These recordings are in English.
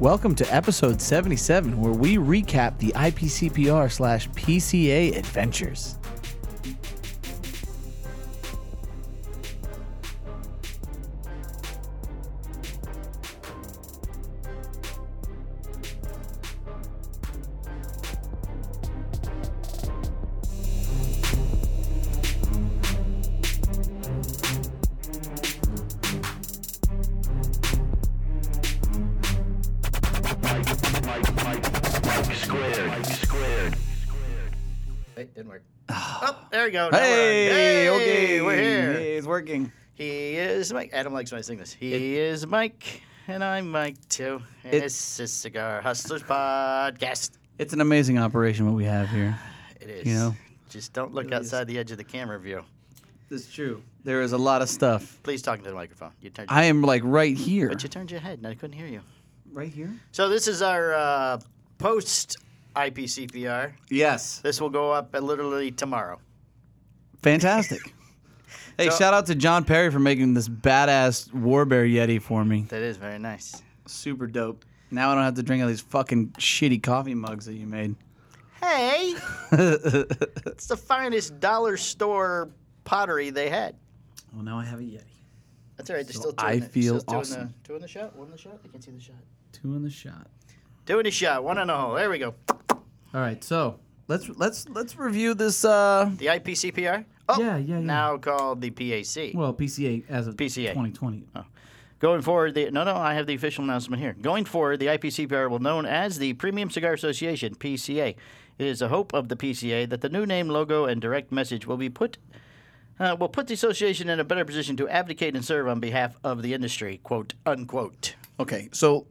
Welcome to episode 77, where we recap the IPCPR slash PCA adventures. It didn't work. Oh, there we go. now we're on. Hey, okay, Hey, we're here. Hey, it's working. He is Mike. Adam likes when I sing this. He is Mike, and I'm Mike too. And It- this is Cigar Hustlers Podcast. It's an amazing operation what we have here. It is. You know. Just don't look outside the edge of the camera view. It's true. There is a lot of stuff. Please talk into the microphone. You turned. I am like right here. but you turned your head, and I couldn't hear you. Right here? So this is our uh, post IPCPR. Yes. This will go up uh, literally tomorrow. Fantastic. hey, So- shout out to John Perry for making this badass Warbear Yeti for me. That is very nice. Super dope. Now I don't have to drink all these fucking shitty coffee mugs that you made. Hey, it's the finest dollar store pottery they had. Well, now I have a Yeti. That's all right. They're So still doing I it. feel still Doing awesome. the, doing the shot. One in the shot. I can't see the shot. Two in the shot. Doing the shot. One on the hole. There we go. All right, so let's let's let's review this. Uh, The IPCPR. Oh, Yeah, yeah, yeah. Now called the PAC. well, PCA as of PCA. 2020. Going forward, the no, no. I have the official announcement here. Going forward, the IPCPR will known as the Premium Cigar Association (PCA). It is the hope of the PCA that the new name, logo, and direct message will be put. Uh, will put the association in a better position to advocate and serve on behalf of the industry, quote unquote. Okay, so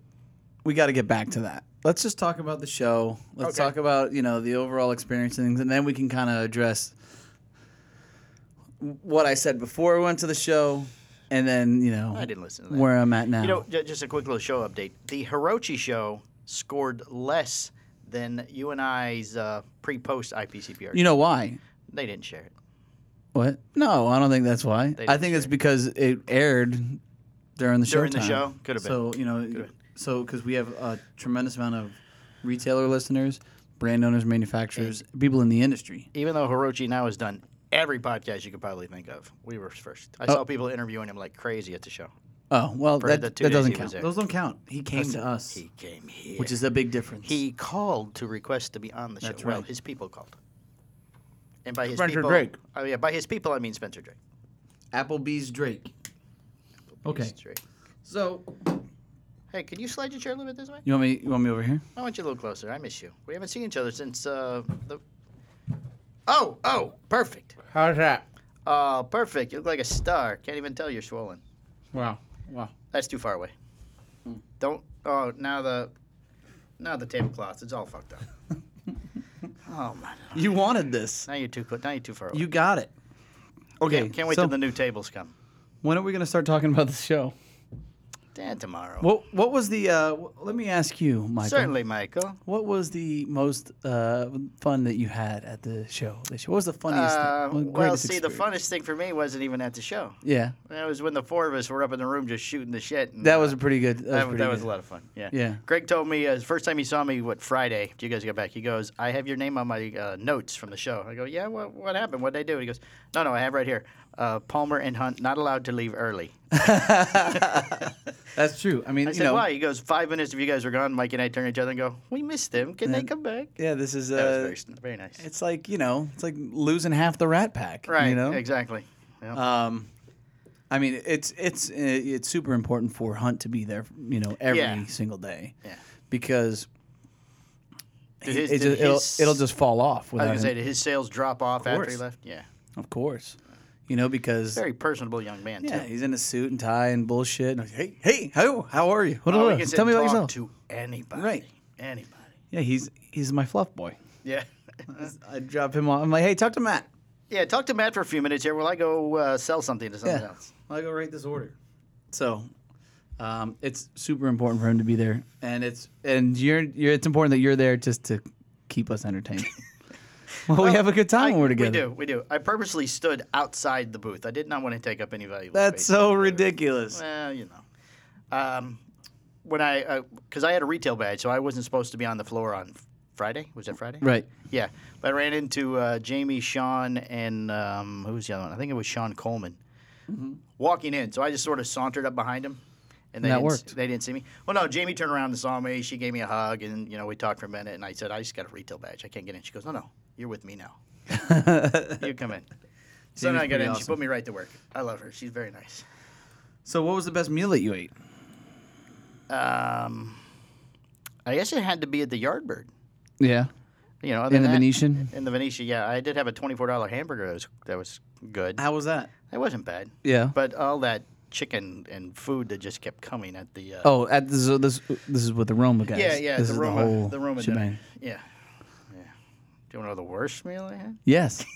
we got to get back to that. Let's just talk about the show. Let's Okay. talk about you know the overall experience and things, and then we can kind of address what I said before we went to the show, and then you know I didn't listen to that. where I'm at now. You know, ju- just a quick little show update. The Hirochi show scored less than you and I's uh, pre-post IPCPR. You know why? they didn't share it. What? No, I don't think that's why. I didn't think it's share. because it aired during the show. During the show? Could've been. So you know, so because we have a tremendous amount of retailer listeners, brand owners, manufacturers, people in the industry. Even though Hirochi now has done every podcast you could probably think of, we were first. I saw people interviewing him like crazy at the show. Oh well, For that, the that two days doesn't he was count. there. Those don't count. He came to us, He came here. which is a big difference. he called to request to be on the show. That's Well, right. his people called. And by his Spencer people, Drake. Oh yeah, by his people I mean Spencer Drake. Applebee's Drake. Okay, Spencer Drake. so Hey, can you slide your chair a little bit this way? you want me? You want me over here? I want you a little closer. I miss you. We haven't seen each other since uh, the. Oh, oh, perfect. How's that? Oh, perfect. You look like a star. Can't even tell you're swollen. Wow, wow. That's too far away. Hmm. Don't. Oh, now the. Now the tablecloth. It's all fucked up. oh man. You wanted this. Now you're too. clo- Now you're too far away. You got it. Okay, Can't, can't wait so till the new tables come. when are we gonna start talking about the show? Dan tomorrow. What What was the? Uh, w- let me ask you, Michael. Certainly, Michael. What was the most uh, fun that you had at the show? This year? What was the funniest? Uh, thing? What well, greatest see, the experience? funnest thing for me wasn't even at the show. Yeah, That was when the four of us were up in the room just shooting the shit. And, that uh, was a pretty good. That was, That, pretty that was a good. lot of fun. Yeah. Yeah. Greg told me uh, the first time he saw me, what Friday? You guys got back. He goes, "I have your name on my uh, notes from the show." I go, "Yeah. What, what happened? What would they do?" He goes, "No, no. I have right here. Uh, Palmer and Hunt not allowed to leave early." That's true. I mean, Uh, I you said, know, "Why?" He goes, five minutes if you guys were gone." Mike and I turn to each other and go, "We missed them. Can they come back?" yeah, this is. Uh, That was very, s- very nice. It's like you know, it's like losing half the Rat Pack. Right. You know. Exactly. Yeah. Um, I mean, it's it's uh, it's super important for Hunt to be there. You know, every Yeah. single day. Yeah. Because it, Did his- it did just, it'll, his- it'll just fall off I was without gonna him. say, did his sales drop off after he course. left? Yeah. Of course. You know because Very personable young man yeah, too. he's in a suit and tie and bullshit. And hey, hey, how how are you? What Oh, do he you- can sit Tell me and about yourself. talk To anybody. Right. Anybody. Yeah, he's he's my fluff boy. Yeah. I drop him off. I'm like, hey, talk to Matt. Yeah, talk to Matt for a few minutes here while I go uh, sell something to someone else. I go write this order. So, um, it's super important for him to be there, and it's and you're you're it's important that you're there just to keep us entertained. well, we have a good time I- when we're together. We do, we do. I purposely stood outside the booth. I did not want to take up any valuable That's space. so ridiculous. Well, you know. Um, when I because I had a retail badge, so I wasn't supposed to be on the floor on Friday. Was that Friday? Right. Yeah, but I ran into uh, Jamie, Sean, and um, who was the other one? I think it was Sean Coleman walking in. So I just sort of sauntered up behind him, and Mm-hmm. And they that didn't, s- worked. They didn't see me. Well, no, Jamie turned around and saw me. She gave me a hug, and you know we talked for a minute. And I said, I just got a retail badge. I can't get in. She goes, No, no, you're with me now. you come in. So then Jamie's I got pretty in. She awesome. put me right to work. I love her. She's very nice. So what was the best meal that you ate? Um, I guess it had to be at the Yardbird. Yeah. You know, other In the than that- Venetian. In the Venetia, yeah, I did have a twenty-four dollar hamburger that was, that was good. How was that? It wasn't bad. Yeah. But all that chicken and food that just kept coming at the. Uh, oh, at this, so this this is with the Roma guys. yeah, yeah, This the is Roma, the whole the Roma dinner. shebang. Yeah, yeah. Do you want to know the worst meal I had? Yes.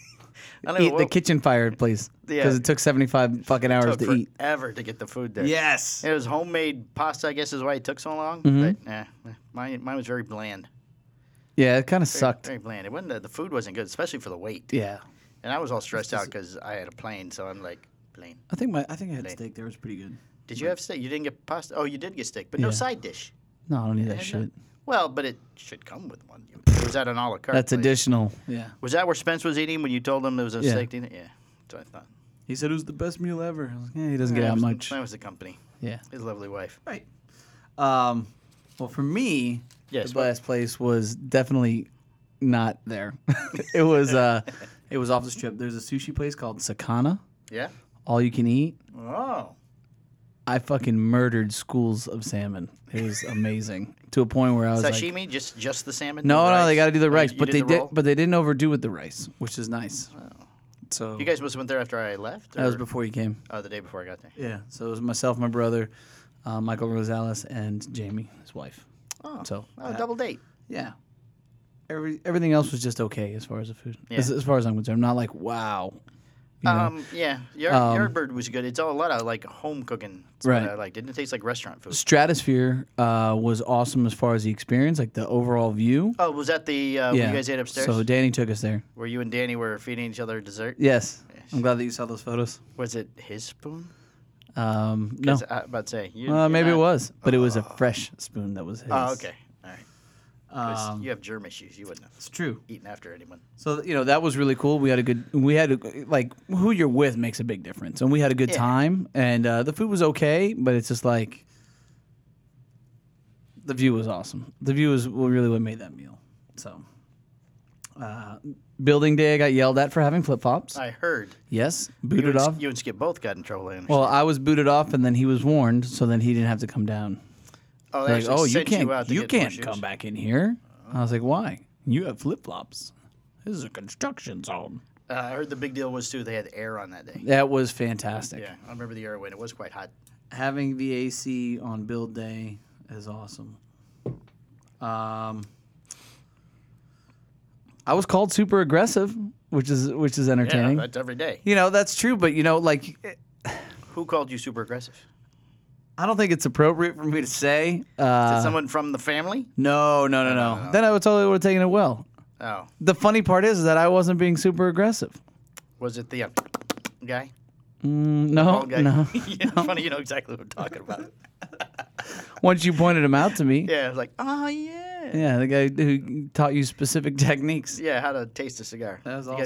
I don't Eat the what- kitchen fired, please, because Yeah. it took seventy five fucking hours took to eat. forever to get the food there. Yes. It was homemade pasta. I guess is why it took so long. Mm-hmm. But eh, mine, mine was very bland. Yeah, it kind of sucked. Very bland. It wasn't. The, the food wasn't good, especially for the weight. Yeah. And I was all stressed out because I had a plane, so I'm like, plane. I think my I think I had Late. steak there. It was pretty good. Did you have steak? You didn't get pasta. Oh, you did get steak, but no Yeah. side dish. No, I don't need that no- shit. Well, but it should come with one. You- It was at an a la carte. That's place. additional. Yeah. Was that where Spence was eating when you told him there was a Yeah. steak dinner? Yeah, that's what I thought. He said it was the best meal ever. I was like, yeah, he doesn't That get out was- much. That was the company. Yeah. His lovely wife. Right. Um, well, for me, Yes, the last place was definitely not there. it was uh, it was off the strip. There's a sushi place called Sakana, Yeah. all you can eat. Oh. I fucking murdered schools of salmon. It was amazing to a point where I was like, Sashimi, just just the salmon. no, the no, they rice? got to do the Oh, rice, you but they the did, roll? but they didn't overdo with the rice, which is nice. So you guys must have went there after I left. Or, that was before you came. oh, the day before I got there. Yeah. So it was myself, my brother, uh, Michael Rosales, and Jamie, his wife. Oh. So Oh, uh, double date. Yeah. Every, everything else was just okay as far as the food. Yeah. As, as far as I'm concerned, I'm not like wow. You know? Um, yeah, your Um, Yardbird was good. It's all a lot of like home cooking. That's Right. What I liked. It didn't taste like restaurant food. Stratosphere uh, was awesome as far as the experience, like the overall view. Oh, was that the uh, when you guys ate upstairs? So Danny took us there. where you and Danny were feeding each other dessert? Yes. I'm glad that you saw those photos. Was it his spoon? Um, no. 'Cause I, I'm about to say. You, Uh, you're maybe it not- was, but it was a fresh spoon that was his. Oh, okay. All right. 'Cause Um, you have germ issues. You wouldn't have it's true. eaten after anyone. So you know that was really cool. We had a good. We had a, like who you're with makes a big difference, and we had a good Yeah. time. And uh, the food was okay, but it's just like the view was awesome. The view was what- really what made that meal. So uh, building day, I got yelled at for having flip flops. I heard. Yes, You booted and, off. you and Skip both got in trouble. I understand. Well, I was booted off, and then he was warned, so then he didn't have to come down. They're oh, they like, actually oh, you sent can't, out to you get more can't shoes. come back in here. I was like, why? You have flip flops. This is a construction zone. Uh, I heard the big deal was too. They had air on that day. That was fantastic. Yeah, I remember the air when it was quite hot. Having the AC on build day is awesome. Um, I was called super aggressive, which is which is Yeah, entertaining. that's every day. you know that's true, but you know, like Who called you super aggressive? I don't think it's appropriate for me to say. Is Uh, it someone from the family? no, no, no, no, Then I would totally would have taken it well. Oh, The funny part is that I wasn't being super aggressive. was it the uh, guy? Mm, No, Bald guy? no. yeah, Funny, you know exactly what I'm talking about. Once you pointed him out to me, Yeah, I was like, oh yeah, yeah, the guy who taught you specific techniques. yeah, how to taste a cigar. That was You gotta-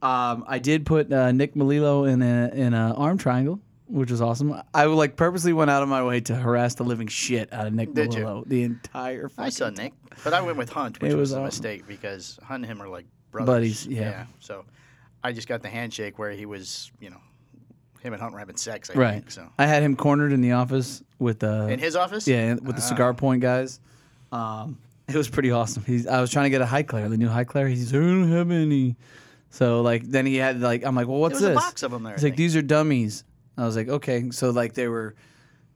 awesome. Um, I did put uh, Nick Melillo in a in a arm triangle, which was awesome. I like purposely went out of my way to harass the living shit out of Nick Did you? Melillo the entire I fucking saw Nick, but I went with Hunt, which It was, was a awesome. mistake because Hunt and him are like brothers. Buddies, yeah. So I just got the handshake where he was, you know, him and Hunt were having sex. I right. Think, so I had him cornered in the office with uh, in his Ah. office, yeah and- with the cigar point guys. Um, it was pretty awesome. He's I was trying to get a high Claire, the new high Claire. He's I don't have any. So like then he had like I'm like well what's was a this? box of 'em there, I He's like think. these are dummies. I was like okay so like they were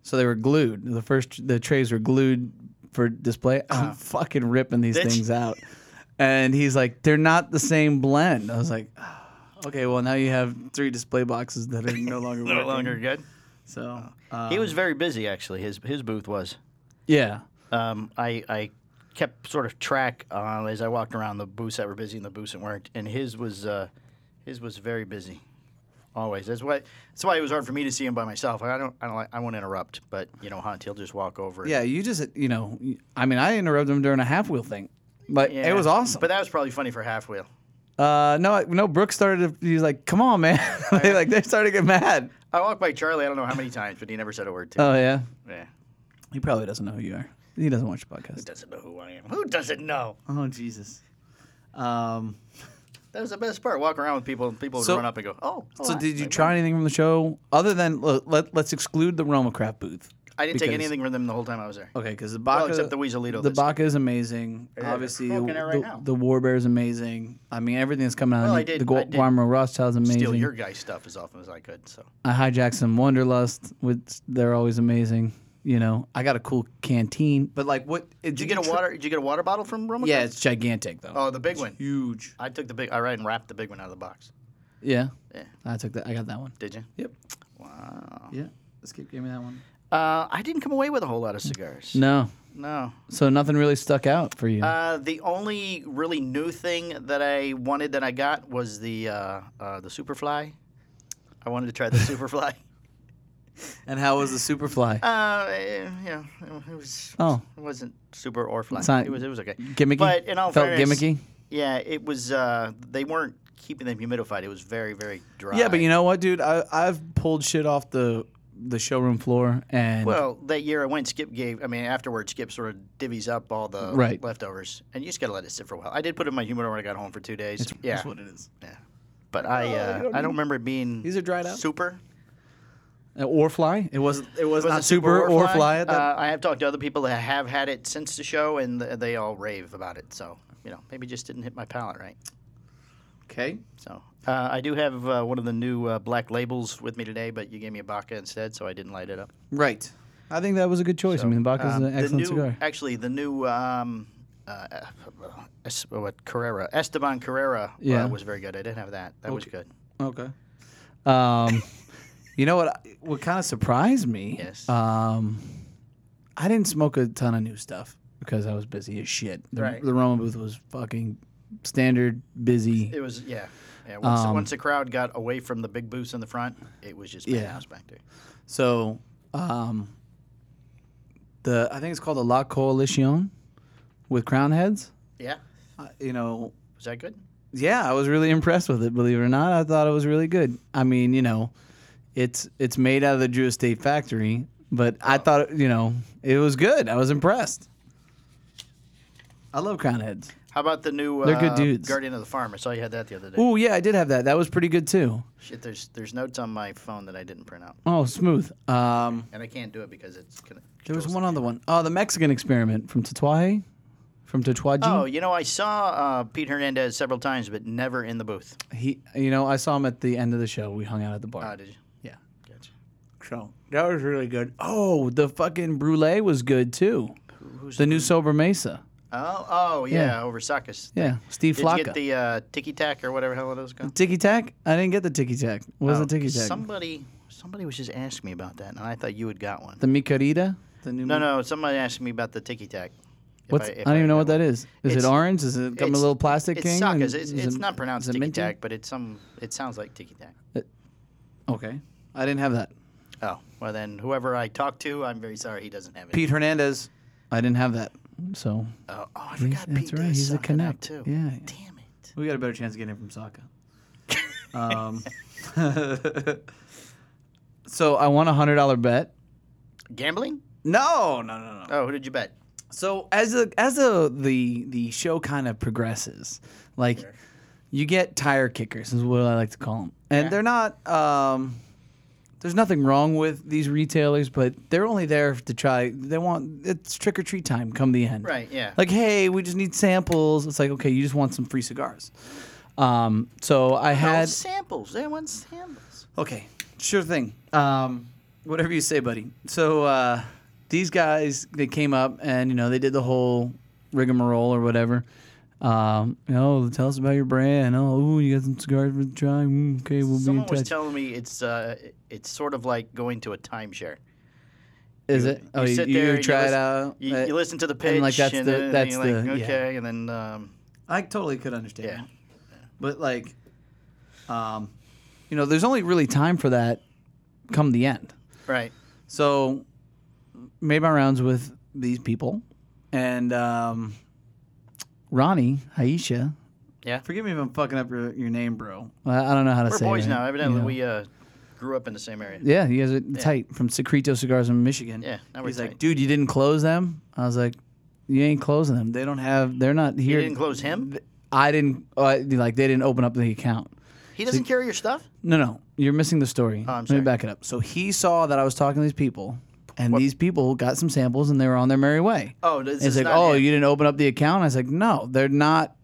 so they were glued. The first the trays were glued for display. Ah. I'm fucking ripping these Did you? things out. And he's like they're not the same blend. I was like "Ah, okay well now you have three display boxes that are no longer no working. longer good. So uh, he was very busy actually. His his booth was. yeah. Um, I I kept sort of track uh, as I walked around the booths that were busy and the booths that weren't, and his was uh, his was very busy. Always. That's why. That's why it was hard for me to see him by myself. I don't. I don't. Like, I won't interrupt. But you know, Hunt, he'll just walk over. and- Yeah, you just you know, I mean, I interrupted him during a half wheel thing, but Yeah. it was awesome. But that was probably funny for half wheel. uh, no, I- no, Brooks started. To, he was like, "Come on, man!" they, like they started to get mad. I walked by Charlie. I don't know how many times, but he never said a word to. me. Oh yeah, Yeah. he probably doesn't know who you are. He doesn't watch the podcast. Doesn't know who I am. Who doesn't know? Oh Jesus. Um, That was the best part. Walk around with people, and people would So- run up and go, "Oh." so hi." did you Like, try anything from the show other than look, let, let's exclude the Roma crap booth? I didn't take because- anything from them the whole time I was there. Okay, because the Baca, Well, except the Weaselito the this- Baca is amazing. Obviously, the, smoking it right the, now. the War Bear is amazing. I mean, everything that's coming out. Well, of I the- did- the Gu- I did Guillermo Rothschild is amazing. Steal your guy's stuff as often as I could. So I hijacked some Wonderlust, which they're always amazing. You know, I got a cool canteen, but like, what did you get a water? Did you get a water bottle from Roma? Yeah, it's gigantic though. Oh, the big one. huge. I took the big. I and wrapped the big one out of the box. Yeah. Yeah. I took that. I got that one. Did you? Yep. Wow. Yeah. Skip gave me that one. Uh, I didn't come away with a whole lot of cigars. No, No. so nothing really stuck out for you. Uh, the only really new thing that I wanted that I got was the uh, uh, the Superfly. I wanted to try the Superfly. and how was the Superfly? Uh, eh, you know, it was. Oh. It wasn't super or fly. not it was. It was okay. gimmicky. But in all Felt fairness, gimmicky. Yeah, it was. Uh, they weren't keeping them humidified. It was very, very dry. Yeah, but you know what, dude? I, I've pulled shit off the the showroom floor, and Well, that year I went. Skip gave. I mean, afterwards, Skip sort of divvies up all the Right. leftovers, and you just gotta let it sit for a while. I did put it in my humidor when I got home for two days. yeah, that's what it is. but Oh, I uh, I don't remember it being. These are dried out? Super. Uh, Or fly? It wasn't. It was Was not it super, or fly. at that. Uh, I have talked to other people that have had it since the show, and th- they all rave about it. So you know, maybe it just didn't hit my palate right. okay. So uh, I do have uh, one of the new uh, black labels with me today, but you gave me a Baca instead, so I didn't light it up. Right. I think that was a good choice. I mean, the Baca's Um, is an excellent the new, cigar. Actually, the new um, uh, Es- what Carrera Esteban Carrera Yeah. uh, was very good. I didn't have that. That was Okay. good. Okay. Um, you know what? What kind of surprised me? Yes. Um, I didn't smoke a ton of new stuff because I was busy as shit. The, Right. The Roma booth was fucking standard busy. It was yeah. Yeah, once, Um, once the crowd got away from the big booths in the front, it was just Yeah. madhouse back there. So, um, the I think it's called the La Coalition with crown heads. Yeah, Uh, you know, was that good? yeah, I was really impressed with it. Believe it or not, I thought it was really good. I mean, you know, it's it's made out of the Drew Estate factory, but I thought you know it was good. I was impressed. I love crown heads. How about the new? They're good uh, dudes. Guardian of the Farm. I saw you had that the other day. Oh yeah, I did have that. That was pretty good too. Shit, there's there's notes on my phone that I didn't print out, Oh, smooth. Um, and I can't do it because it's gonna. there was one other one. Oh, the Mexican experiment from Tatuaje, from Tatuaje. Oh, you know, I saw uh, Pete Hernandez several times, but never in the booth. He, you know, I saw him at the end of the show. We hung out at the bar. Oh, did you? yeah. Gotcha. So Uh, that was really good. Oh, the fucking brulee was good too. who's the new Sober Mesa. Oh, oh yeah, over Sakis. Yeah, Steve Did you Flacca. get the uh, ticky tack or whatever the hell it was called? Ticky Tack? I didn't get the Ticky Tack. What was Oh, the Ticky Tack? Somebody, somebody was just asking me about that, and I thought you had got one. The Micarita? The new No, no, somebody asked me about the ticky tack. If What's, I, if don't even know what that remember. is. Is it It's- orange? Is it got a it's- little plastic It's thing? Sakis. and- It's, is it's it- not pronounced is it ticky minty? tack, but it's some. It sounds like ticky tack. Okay. I didn't have that. Oh well, then whoever I talked to, I'm very sorry he doesn't have it. Pete Hernandez. I didn't have that. So Oh, oh I He's- forgot that's Pete does right. He's a suck at connect. that, too. Yeah. Damn it. We got a better chance of getting it from Saka. um, so I won a hundred dollar bet. Gambling? No, no, no, no. Oh, who did you bet? So as a as a the the show kind of progresses, like you get tire kickers is what I like to call them, and they're not. Um, there's nothing wrong with these retailers, but they're only there to try. They want it's trick or treat time come the end, Right, yeah. Like hey, we just need samples. It's like okay, you just want some free cigars. Um, so I Oh, had samples. They want samples. Okay, sure thing. Um, whatever you say, buddy. So uh, these guys, they came up and you know they did the whole rigmarole or whatever. Um, you know, tell us about your brand. Oh, ooh, you got some cigars for the try. Mm, okay, we'll Someone be in was touch. telling me it's uh, it's sort of like going to a timeshare. Is it? Oh, you, sit you, there and try it listen- out. You, Uh, you listen to the pitch, and, and, like, that's the- then that's you're like, the- yeah. okay, and then um, I totally could understand. Yeah. that. But like, um, you know, there's only really time for that come the end. Right. So made my rounds with these people and um, Ronnie, Aisha. Yeah. Forgive me if I'm fucking up your, your name, bro. I, I don't know how to We're say boys it. now. Evidently, you know. we uh, grew up in the same area. Yeah, you guys are tight from Secreto Cigars in Michigan. Yeah, now we're He's tight. like, dude, you didn't close them? I was like, you ain't closing them. They don't have, they're not You here. didn't close him. I didn't, uh, like, they didn't open up the account. He doesn't carry your stuff. No, no, you're missing the story. Oh, I'm Let sorry. me back it up. So he saw that I was talking to these people, and these people got some samples, and they were on their merry way. Oh, this It's is like, not oh, him. you didn't open up the account. I was like, no, they're not.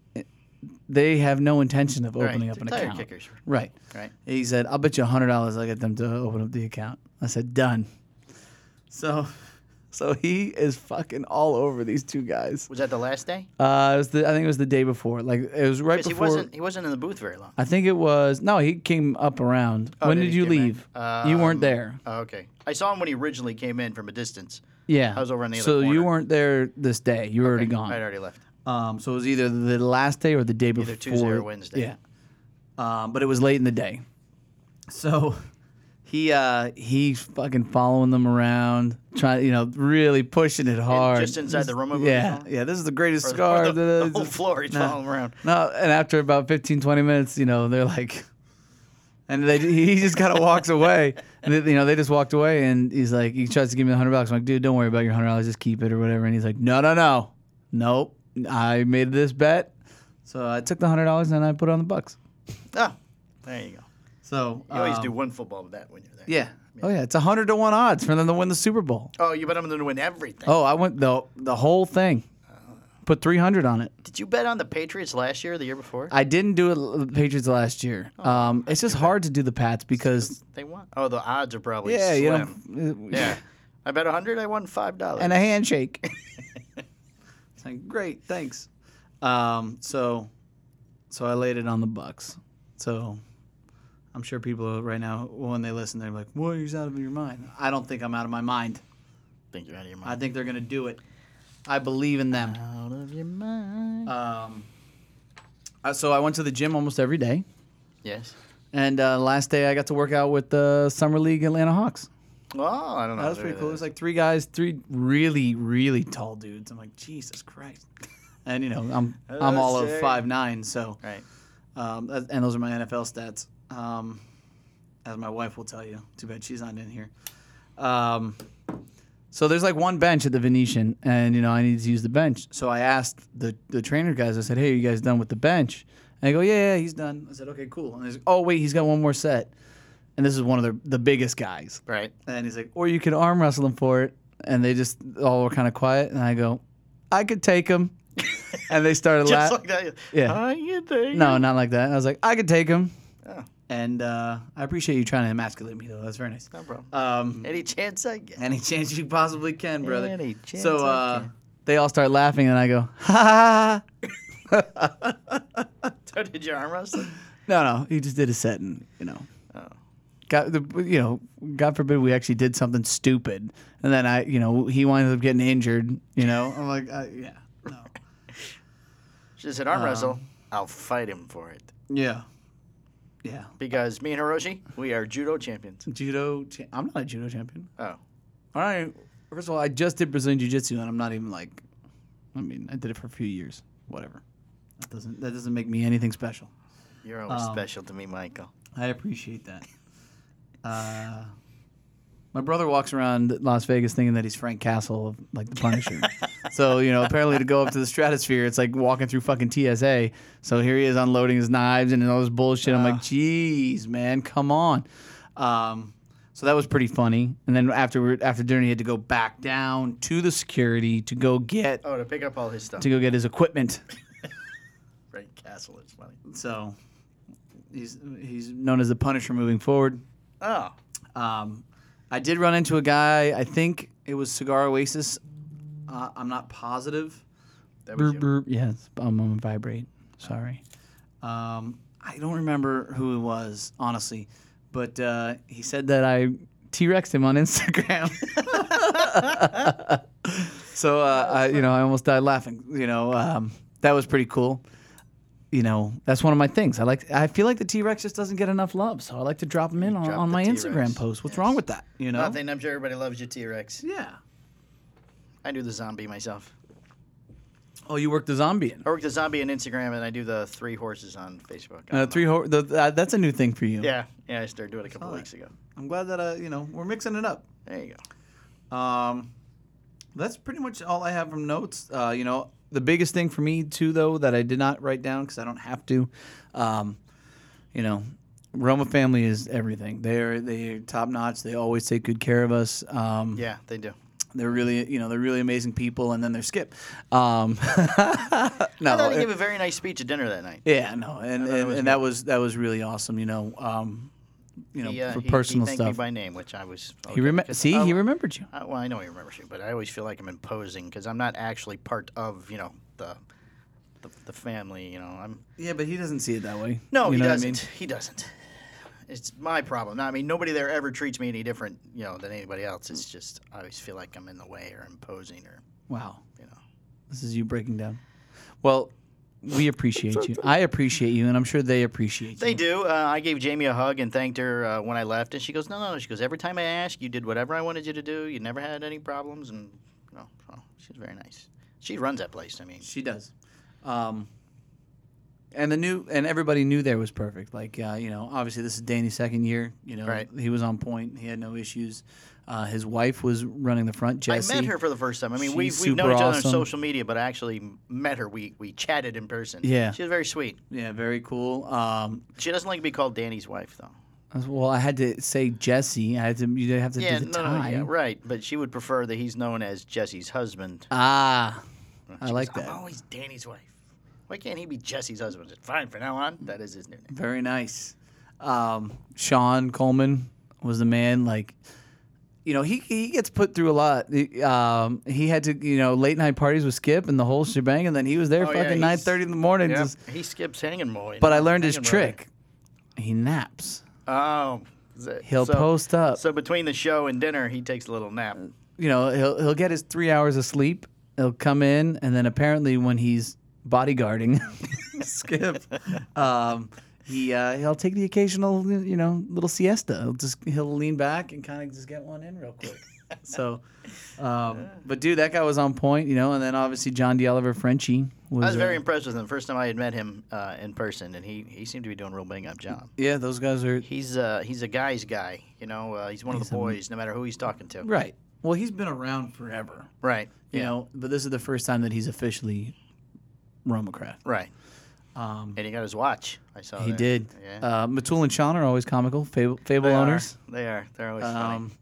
They have no intention of Right, opening up they're an tire account. kickers. Right. Right. He said, I'll bet you hundred dollars I'll get them to open up the account. I said, done. So, so he is fucking all over these two guys. Was that the last day? Uh, it was the, I think it was the day before. Like it was right Because he before. wasn't. He wasn't in the booth very long. I think it was no. He came up around. when did then Oh, he you came in. leave? you Um, weren't there. Oh, okay. I saw him when he originally came in from a distance. Yeah. I was over on the other So corner. you weren't there this day. You were already gone. I'd already left. Um, so it was either the last day or the day before. Either Tuesday or Wednesday. Yeah. Um, but it was late in the day. So he uh, he's fucking following them around, trying you know really pushing it hard. just inside the room over Yeah, there? yeah. This is the greatest Or scar. the, da- the da- whole floor. He's Nah. following him around. No, and after about 15, 20 minutes, you know, they're like, and they, he just kind of walks away. And they, you know, they just walked away, and he's like, he tries to give me the hundred bucks. I'm like, dude, don't worry about your hundred dollars, just keep it or whatever. And he's like, no, no, no, nope, I made this bet, so I took the hundred dollars and I put it on the bucks. Oh, there you go. So You always um, do one football with that when you're there. Yeah. Oh yeah, it's a hundred to one odds for them to win the Super Bowl. Oh, you bet I'm going to win everything. Oh, I went the the whole thing, put three hundred on it. Did you bet on the Patriots last year, or the year before? I didn't do it uh, the Patriots last year. Um, it's just hard to do the Pats because they won. Oh, the odds are probably yeah, you slim. know, uh, yeah. I bet 100. I won five dollars. and a handshake. it's like great, thanks. Um, so, so I laid it on the Bucks. So, I'm sure people right now when they listen, they're like, "What? You're out of your mind." I don't think I'm out of my mind. think you're out of your I mind. think they're gonna do it. I believe in them. out of your mind. Um, uh, so I went to the gym almost every day, yes. and uh, last day I got to work out with the summer league Atlanta Hawks. Oh, I don't know. That was pretty cool. It was like three guys, three really, really tall dudes. I'm like, Jesus Christ. And you know, I'm I'm all of sir. five nine, so right. um, that- and those are my NFL stats. Um, as my wife will tell you. Too bad she's not in here. Um, so there's like one bench at the Venetian, and you know I needed to use the bench. So I asked the the trainer guys. I said, "Hey, are you guys done with the bench?" And they go, "Yeah, yeah, he's done." I said, "Okay, cool." And they said, "Oh wait, he's got one more set." And this is one of the the biggest guys. Right. And he's like, or you could arm wrestle him for it. And they just all were kind of quiet. And I go, I could take him. and they started Just laughing. like that. Yeah. How you doing? no, not like that. I was like, I could take him. Oh. And uh, I appreciate you trying to emasculate me, though. That's very nice. No problem. Um, Any chance I get? any chance you possibly can, brother. Any chance so I uh, can. they all start laughing. And I go, ha ha ha. So Oh, did you arm wrestle? No, no. He just did a set and, you know. Oh. God, the, you know, God forbid we actually did something stupid, and then I, you know, he winds up getting injured. You know, I'm like, uh, yeah, no, She said Um, arm wrestle. I'll fight him for it yeah, yeah. because me and Hiroshi, we are judo champions. Judo, cha- I'm not a judo champion. Oh, All right, first of all, I just did Brazilian Jiu Jitsu, and I'm not even like, I mean, I did it for a few years. Whatever. That doesn't that doesn't make me anything special. you're always Um, special to me, Michael. I appreciate that. Uh, my brother walks around Las Vegas thinking that he's Frank Castle of like the Punisher. so you know, apparently to go up to the stratosphere, it's like walking through fucking TSA. So here he is unloading his knives and all this bullshit. I'm like, jeez, man, come on. Um, so that was pretty funny. And then after we- after dinner, he had to go back down to the security to go get Oh, to pick up all his stuff. to go get his equipment. Frank Castle is funny. So he's he's known as the Punisher moving forward. Oh, Um, I did run into a guy. I think it was Cigar Oasis. Uh, I'm not positive. that was you. Yes, I'm on vibrate. Sorry. Um, I don't remember who it was honestly, but uh, he said that I T-Rexed him on Instagram. so uh, I, you know, I almost died laughing. You know, um, that was pretty cool. you know, that's one of my things. I like. I feel like the T Rex just doesn't get enough love, so I like to drop him in on, drop on the my T-Rex. Instagram post. What's wrong with that? You know. Nothing. I'm sure everybody loves your T Rex. Yeah. I do the zombie myself. Oh, you work the zombie in. I work the zombie on Instagram, and I do the three horses on Facebook. I Uh, don't three. Ho- the, uh, that's a new thing for you. know. Yeah, yeah. I started doing it a couple Saw weeks ago. I'm glad that uh, you know we're mixing it up. There you go. Um, that's pretty much all I have from notes. Uh, you know, the biggest thing for me too, though, that I did not write down because I don't have to. Um, you know, Roma family is everything. They're they're top notch. They always take good care of us. Um, Yeah, they do. they're really you know they're really amazing people. And then they're Skip. Um, no, I thought he gave a very nice speech at dinner that night. eh, yeah, no, and and, and that was that was really awesome. You know, um, you know, He, uh, for he- he personal thanked stuff. me by name, which I was. he okay, remem- 'cause, see um, he remembered you. I, well, I know he remembers you, but I always feel like I'm imposing because I'm not actually part of you know the, the the family. You know, I'm Yeah, but he doesn't see it that way. no, you he know what I doesn't. mean? He doesn't. It's my problem. I mean, nobody there ever treats me any different, you know, than anybody else. It's just I always feel like I'm in the way or imposing or Wow. you know. This is you breaking down. Well, we appreciate you. I appreciate you, and I'm sure they appreciate They you. do. Uh, I gave Jamie a hug and thanked her uh, when I left, and she goes, "No, no, no." She goes, "Every time I asked, you did whatever I wanted you to do. You never had any problems, and you know, so she's very nice. She runs that place. I mean, She does. Um, and the new and everybody knew there was perfect. Like uh, you know, obviously this is Danny's second year. You know, Right. he was on point. He had no issues. Uh, his wife was running the front. Jessie. I met her for the first time. I mean, She's we've, we've known super each other awesome. on social media, but I actually met her. We we chatted in person. Yeah. she was very sweet. Yeah, very cool. Um, She doesn't like to be called Danny's wife, though. well, I had to say Jesse. I had to. You have to Yeah, do the no, no, tie. yeah, right. But she would prefer that he's known as Jesse's husband. Ah, I She like goes, "Oh, that. I'm always Danny's wife. Why can't he be Jesse's husband? Fine, for now on, that is his new name. Very nice. Um, Sean Coleman was the man. Like, you know, he, he gets put through a lot. He, um, he had to, you know, late night parties with Skip and the whole shebang, and then he was there Oh, yeah, fucking he's- nine thirty in the morning. Yeah, Just, he skips hanging boy. but I learned his Hanging trick. He naps. Oh, is it- He'll so- post Uh, up. So between the show and dinner, he takes a little nap. you know, he'll he'll get his three hours of sleep. He'll come in, and then apparently when he's bodyguarding, Skip, um, he uh, he'll take the occasional you know little siesta. He'll just he'll lean back and kind of just get one in real quick. so, um, but dude, that guy was on point, you know. And then obviously John D. Oliver Frenchie was, I was uh, very impressed with him. First time I had met him uh, in person, and he, he seemed to be doing a real bang up job. yeah. Those guys are He's uh, he's a guy's guy, you know. Uh, he's one of the boys, no matter who he's talking to. right. Well, he's been around forever, Right. you Yeah. know. But this is the first time that he's officially Romacraft. Right. Um, And he got his watch. I saw. He that. did. Yeah. Uh, Matul and Sean are always comical, Fable, fable they owners. Are. They are. They're always funny. Um,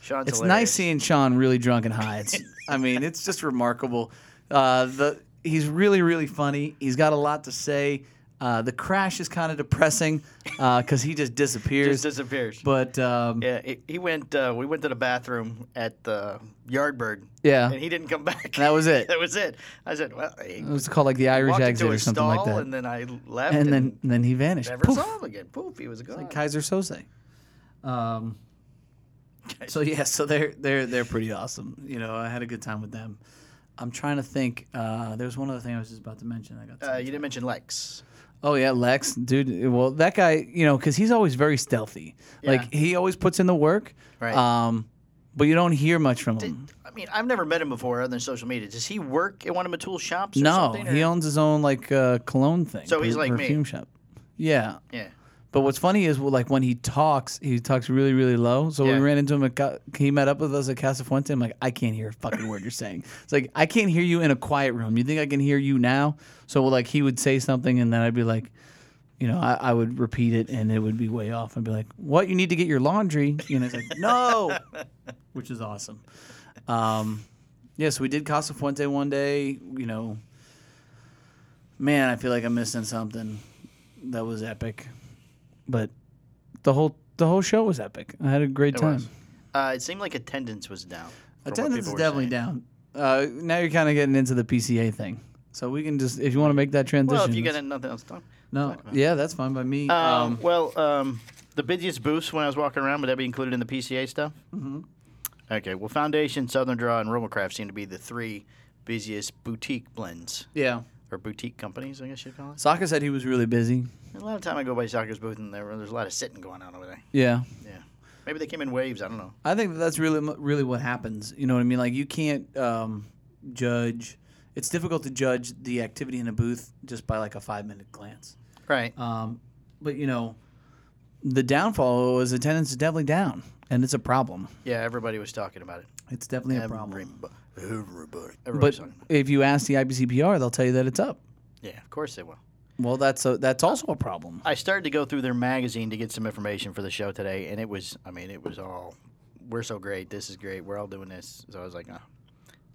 Sean's it's nice hilarious. seeing Sean really drunk and high. It's, I mean, it's just remarkable. Uh, the he's really really funny. He's got a lot to say. Uh, the crash is kind of depressing because he just disappears. Just disappears. but um, yeah. He, he went. Uh, we went to the bathroom at the Yardbird. Yeah. And he didn't come back. That was it. that was it. I said, well, he it was called like the Irish walked exit into or a something like stall, that. and then I left, And, then and then he vanished. never Poof. saw him again. Poof, he was gone. Kaiser Soze. Um, so yeah, so they're they're they're pretty awesome. You know, I had a good time with them. I'm trying to think. Uh, there was one other thing I was just about to mention. I got. uh, you didn't mention Lex. oh yeah, Lex, dude. Well, that guy, you know, because he's always very stealthy. Like he always puts in the work. Right. Um, but you don't hear much from him. I mean, I've never met him before other than social media. Does he work at one of Matul's shops? Or No, something, or- he owns his own like uh, cologne thing. So he's per- like me. perfume shop. Yeah. yeah. But what's funny is, well, like when he talks, he talks really, really low. So Yeah. we ran into him. At, Ca- he met up with us at Casa Fuente. I'm like, I can't hear a fucking word you're saying. It's like I can't hear you in a quiet room. You think I can hear you now? So like he would say something, and then I'd be like, you know, I, I would repeat it, and it would be way off. I'd be like, what? You need to get your laundry? And it's like, no, which is awesome. Um, yeah, so we did Casa Fuente one day. You know, man, I feel like I'm missing something. That was epic but the whole the whole show was epic. I had a great It time. was. Uh, it seemed like attendance was down. from what Attendance people is were definitely saying. down. Uh, now you're kind of getting into the PCA thing, so we can just if you want to make that transition. Well, if you got that's- nothing else to talk. no, yeah, that's fine by me. Um, Um, well, um, the busiest booths when I was walking around, would that be included in the PCA stuff? Mm-hmm. Okay. Well, Foundation, Southern Draw, and Romacraft seem to be the three busiest boutique blends. yeah, or boutique companies, I guess you call it. Sokka said he was really busy. A lot of time I go by Soccer's booth and there, there's a lot of sitting going on over there. Yeah. Yeah. Maybe they came in waves. I don't know. I think that that's really mu- really what happens. You know what I mean? Like you can't um, judge. It's difficult to judge the activity in a booth just by like a five minute glance. Right. Um, but you know, the downfall is attendance is definitely down, and it's a problem. yeah, everybody was talking about it. It's definitely a problem. Everybo- Everybody. Everybody was But talking about if you ask the IPCPR, they'll tell you that it's up. it. Yeah, of course they will. Well, that's a, that's also a problem. I started to go through their magazine to get some information for the show today, and it was, I mean, it was all, we're so great, this is great, we're all doing this. So I was like, oh, a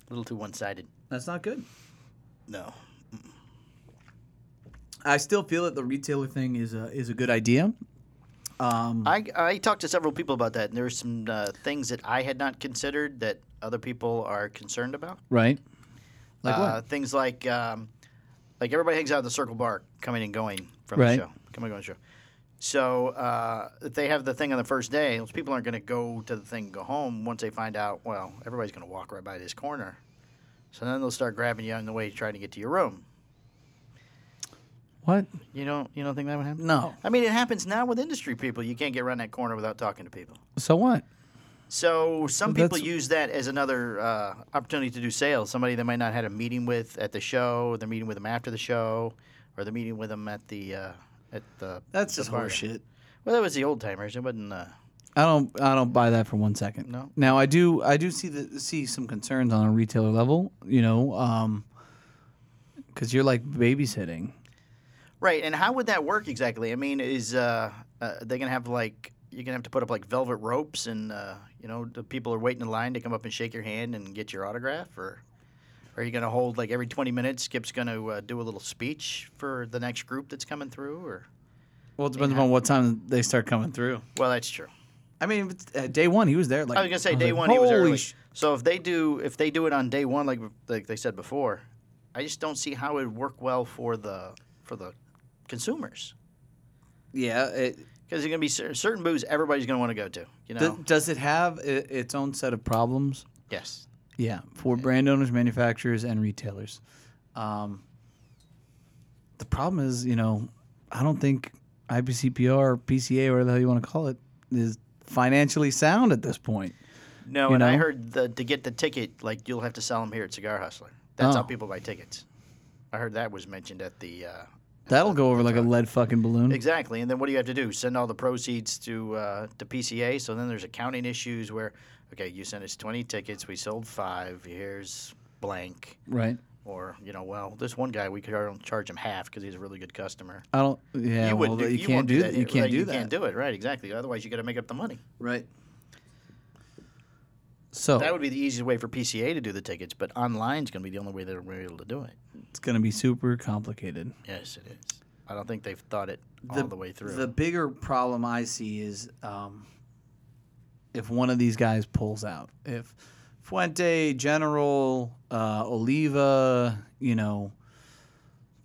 little too one sided. That's not good. No. I still feel that the retailer thing is a is a good idea. Um, I, I talked to several people about that, and there's some uh, things that I had not considered that other people are concerned about. right. Like uh, Things like, um, like everybody hangs out at the Circle Bar, coming and going from Right. the show, coming and going to the show. So uh, if they have the thing on the first day. Those people aren't going to go to the thing, and go home once they find out. Well, everybody's going to walk right by this corner, so then they'll start grabbing you on the way, trying to get to your room. what? Oh, What? You don't, you don't think that would happen? No. I mean, it happens now with industry people. You can't get around that corner without talking to people. So what? So some Well, people that's- use that as another uh, opportunity to do sales. Somebody they might not had a meeting with at the show, they're meeting with them after the show, or they're meeting with them at the uh, at the. That's the just bar. horseshit. Well, that was the old timers. It wasn't. Uh, I don't I don't buy that for one second. No? Now I do I do see the see some concerns on a retailer level. You know, um, because you're like babysitting. right, and how would that work exactly? I mean, is uh, uh, they gonna have like you're gonna have to put up like velvet ropes, and uh, you know the people are waiting in line to come up and shake your hand and get your autograph, or are you gonna hold like every 20 minutes? Skip's gonna uh, do a little speech for the next group that's coming through, or Well, it depends upon what time they start coming through. well, that's true. I mean, if it's, uh, day one he was there. Like I was gonna say day like, one he was "Holy early. sh-" so if they do if they do it on day one like like they said before, I just don't see how it would work well for the for the consumers yeah. It, because there's gonna be cer- certain booths everybody's gonna want to go to. You know. th- does it have i its own set of problems? yes. Yeah, for brand owners, manufacturers, and retailers. Um, the problem is, you know, I don't think IBCPR, PCA, or the hell you want to call it, is financially sound at this point. No. You and I know? heard the, to get the ticket, like you'll have to sell them here at Cigar Hustler. That's how Oh. people buy tickets. I heard that was mentioned at the. Uh, That'll go over like a lead fucking balloon. Exactly, and then what do you have to do? Send all the proceeds to uh, to PCA. So then there's accounting issues where, okay, you sent us 20 tickets, we sold five. Here's blank, Right. or you know, well, this one guy we could only charge him half because he's a really good customer. I don't. Yeah. well, wouldn't you, can't won't do that. You Like, can't do that. You can't do it, right? Exactly. Otherwise, you got to make up the money. Right. So That would be the easiest way for PCA to do the tickets, but online's going to be the only way they're really able to do it. it's going to be super complicated. Yes, it is. I don't think they've thought it all the, way through. The bigger problem I see is um, if one of these guys pulls out. If Fuente, General, uh, Oliva, you know,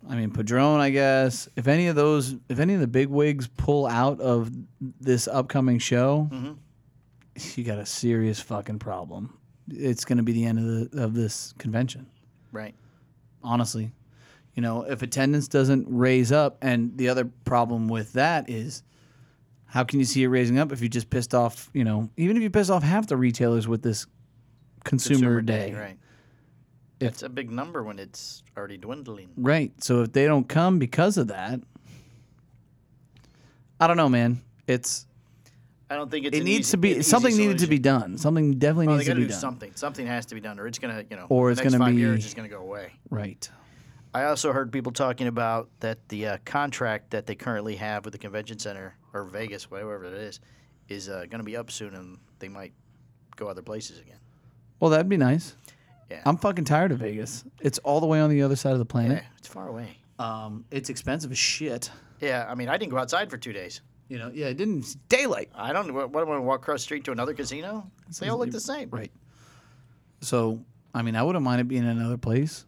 I mean Padron, I guess. If any of those, if any of the big wigs pull out of this upcoming show, Mhm. you got a serious fucking problem. It's going to be the end of the of this convention right. honestly. You know, if attendance doesn't raise up, and the other problem with that is how can you see it raising up if you just pissed off, you know, even if you piss off half the retailers with this consumer, day. right. Right. it's a big number when it's already dwindling. So if they don't come because of that, I don't know, man. It's I don't think it's. it an needs easy- to be an easy something needed to solution. be done. Something definitely Well, they needs got to to be do done. something. Something has to be done, or it's gonna, you know, Or the it's next gonna five be- years it's gonna go away. Right. I also heard people talking about that the uh, contract that they currently have with the convention center or Vegas, whatever it is, is uh, gonna be up soon, and they might go other places again. Well, that'd be nice. Yeah. I'm fucking tired of Vegas. It's all the way on the other side of the Yeah, planet. it's far away. Um, it's expensive as shit. Yeah, I mean, I didn't go outside for two days. You know, yeah, it didn't it's daylight. I don't. What, what am I gonna walk across the street to another casino? They all look the same. Right. So, I mean, I wouldn't mind it being in another place.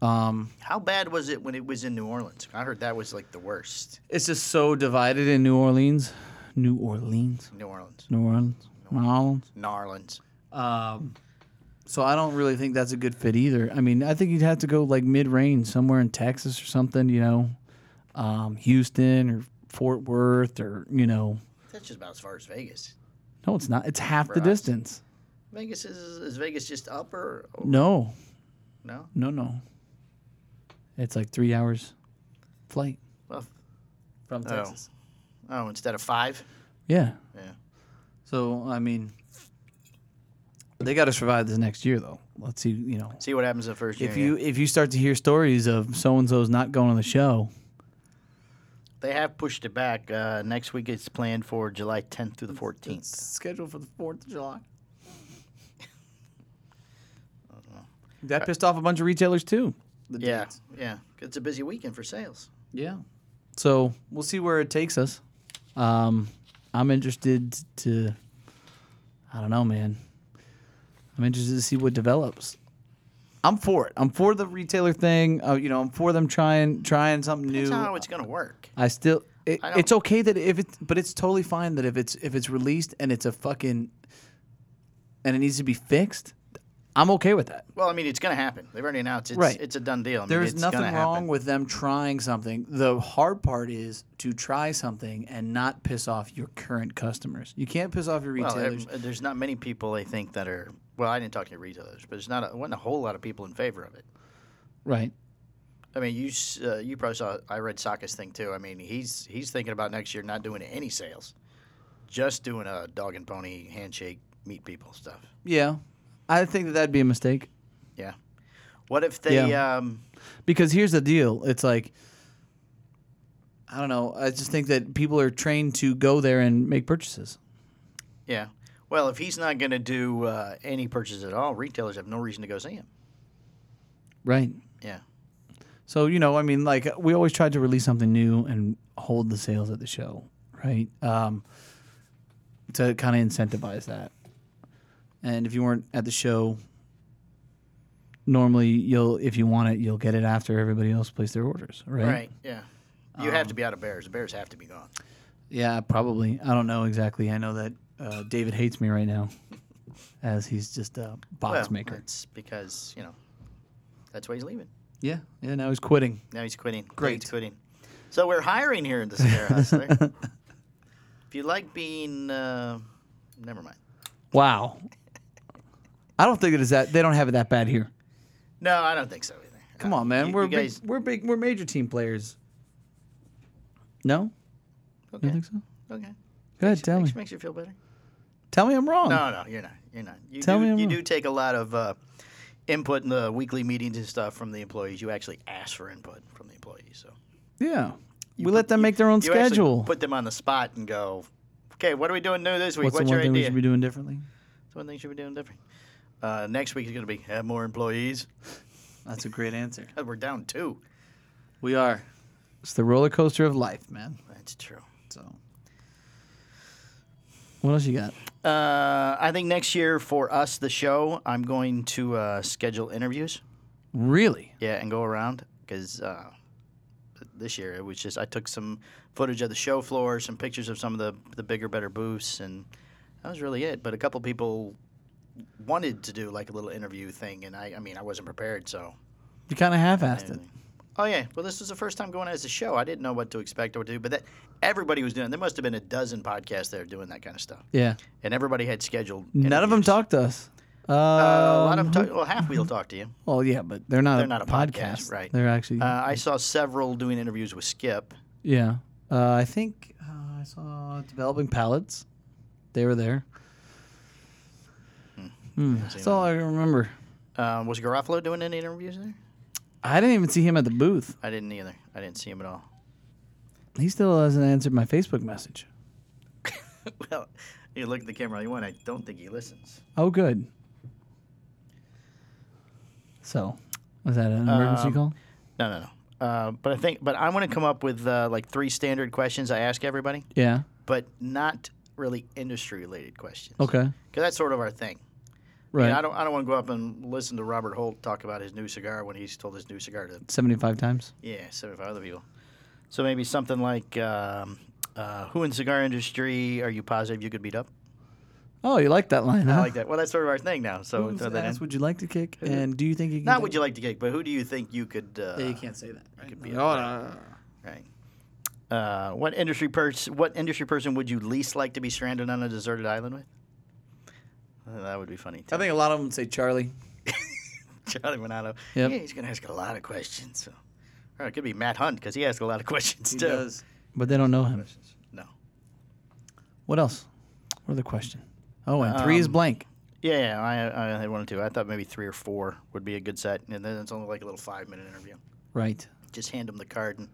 Um, How bad was it when it was in New Orleans? I heard that was like the worst. it's just so divided in New Orleans. New Orleans. New Orleans, New Orleans. New Orleans. New Orleans. Um, So I don't really think that's a good fit either. I mean, I think you'd have to go like mid-range somewhere in Texas or something, you know, um, Houston or Fort Worth or you know. That's just about as far as Vegas. No, it's not. It's half the Right. distance. Vegas is is Vegas just up or or- No, no? no, no. It's like three hours flight Well, from Oh. Texas. oh, instead of five. Yeah. Yeah. So I mean, they got to survive this next year though. Let's see, you know, See what happens the first year. if yeah. you if you start to hear stories of so and so's not going to the show, they have pushed it back. Uh, next week it's planned for July 10th through the 14th. scheduled for the Fourth of July. That pissed off a bunch of retailers too. Uh, The Yeah, dates. yeah. It's a busy weekend for sales. yeah. So we'll see where it takes us. Um, I'm interested to. I don't know, man. I'm interested to see what develops. I'm for it. I'm for the retailer thing. Uh, you know, I'm for them trying trying something new. That's how it's going to work. I still. It, I don't- it's okay that if it, but it's totally fine that if it's if it's released and it's a fucking, and it needs to be fixed, I'm okay with that. Well, I mean, it's going to happen. They've already announced it's, Right. it's a done deal. I mean, There is it's nothing gonna wrong happen. with them trying something. The hard part is to try something and not piss off your current customers. You can't piss off your Well, there- retailers. there's not many people I think that are. Well, I didn't talk to retailers, but there's not a, wasn't a whole lot of people in favor of it. right. I mean, you s- uh, you probably saw. I read Saka's thing too. I mean, he's he's thinking about next year not doing any sales, just doing a dog and pony handshake, meet people stuff. Yeah. I think that that'd be a mistake. Yeah. What if they? Yeah. Um, because here's the deal it's like i don't know i just think that people are trained to go there and make purchases yeah. Well, if he's not going to do uh, any purchase at all, retailers have no reason to go see him. right Yeah. so you know i mean like we always tried to release something new and hold the sales at the show right um, to kind of incentivize that and if you weren't at the show normally you'll if you want it you'll get it after everybody else placed their orders right Right. Yeah. You have to Um, be out of bears. The bears have to be gone. Yeah, probably. I don't know exactly. I know that uh, David hates me right now, as he's just a box Well, maker. It's because you know that's why he's leaving. Yeah, yeah. Now he's quitting. Now he's quitting. Now Great. He's quitting. So we're hiring here in the Sierra Hustler. if you like being, uh, never mind. Wow. I don't think it is that. They don't have it that bad here. No, I don't think so either. Come Uh, on, man. you- we're you guys. big, we're big. We're major team players. No, you Okay. don't think so? okay. Go ahead, tell me. makes, makes you feel better. Tell me I'm wrong. No, no, you're not. You're not. You Tell do, me I'm you wrong. do take a lot of uh, input in the weekly meetings and stuff from the employees. You actually ask for input from the employees. So Yeah, we let them make their own you actually schedule. put them on the spot and go, okay, what are we doing new this week? What's, What's, the your one thing we idea? should be doing differently? What's one thing you should be doing different? Uh, next week is going to be have more employees. That's a great answer. God, We're down two. We are. It's the roller coaster of life, man. That's true. So, what else you got? Uh, I think next year for us, the show, I'm going to uh, schedule interviews. Really? Yeah, and go around because uh, this year it was just I took some footage of the show floor, some pictures of some of the the bigger, better booths, and that was really it. But a couple people wanted to do like a little interview thing, and I I mean I wasn't prepared, so. You kind of half-assed it. Oh yeah, well this was the first time going as a show. I didn't know what to expect or what to do, but that everybody was doing. There must have been a dozen podcasts there doing that kind of stuff, Yeah. and everybody had scheduled. None of Um, them interviews. talked to us. Uh, Uh, a lot of them talk. Well, half wheel talk to you. well, yeah, but they're not. They're a not a podcast, podcast, right. They're actually. Uh, I saw several doing interviews with Skip. yeah. Uh, I think uh, I saw developing palettes. They were there. Hmm, That's all I remember. Uh, was Garofalo doing any interviews there? I didn't even see him at the booth. I didn't either. I didn't see him at all. He still hasn't answered my Facebook message. well, you look at the camera all you want. I don't think he listens. Oh, good. So, was that an emergency Um, call? No, no, no. Uh, but I think, but I want to come up with uh, like three standard questions I ask everybody, Yeah. but not really industry related questions. Okay. Because that's sort of our thing. I Right. mean, I don't, I don't want to go up and listen to Robert Holt talk about his new cigar when he's told his new cigar to Seventy-five times. Yeah, 75 other people. So maybe something like, um, uh, who in cigar industry are you positive you could beat up? Oh, you like that line, huh? I like that. Well, that's sort of our thing now. So we Whose throw that in. ass would you like to kick? And do you think you can? Not would you like to kick, but who do you think you could? Uh, You can't say that. could be a- Right. Uh, what industry pers- What industry person would you least like to be stranded on a deserted island with? Uh, that would be funny. Too. I think a lot of them say Charlie. Charlie Monado. Yep. Yeah, he's gonna ask a lot of questions. So, or it could be Matt Hunt because he asks a lot of questions too. but they don't know him. No. What else? What other question? Oh, and three is Um, blank. Yeah, yeah, I, I had one or two. I thought maybe three or four would be a good set, and then it's only like a little five minute interview. Right. Just hand them the card and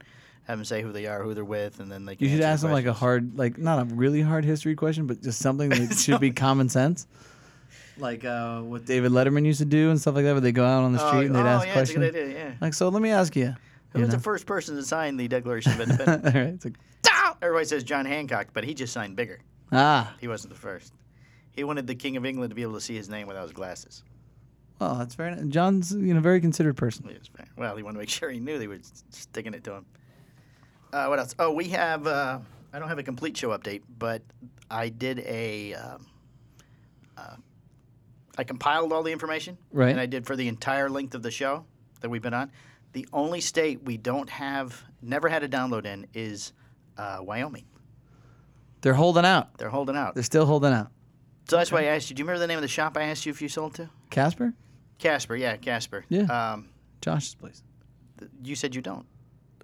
have them say who they are, who they're with, and then they. Can You should answer the ask them like a questions. hard, like not a really hard history question, but just something that should be common sense. Like uh, what David Letterman used to do and stuff like that, where they go out on the street and they'd oh, ask yeah, questions. That's a good idea. Yeah. Like, so let me ask you. Who you was the know? first person to sign the Declaration of Independence? All right. It's like, Everybody says John Hancock, but he just signed bigger. ah, He wasn't the first. He wanted the King of England to be able to see his name without his glasses. well, that's very. ni- John's you know very considered person. He was fair. Well, he wanted to make sure he knew they were s- sticking it to him. Uh, what else? Oh, we have. Uh, I don't have a complete show update, but I did a. Um, uh, I compiled all the information, Right. And I did for the entire length of the show that we've been on. The only state we don't have, never had a download in, is uh, Wyoming. They're holding out. They're holding out. They're still holding out. So that's why I asked you. Do you remember the name of the shop I asked you if you sold to? Casper, Casper, yeah, Casper. Yeah. Um, Josh's place. th- you said you don't,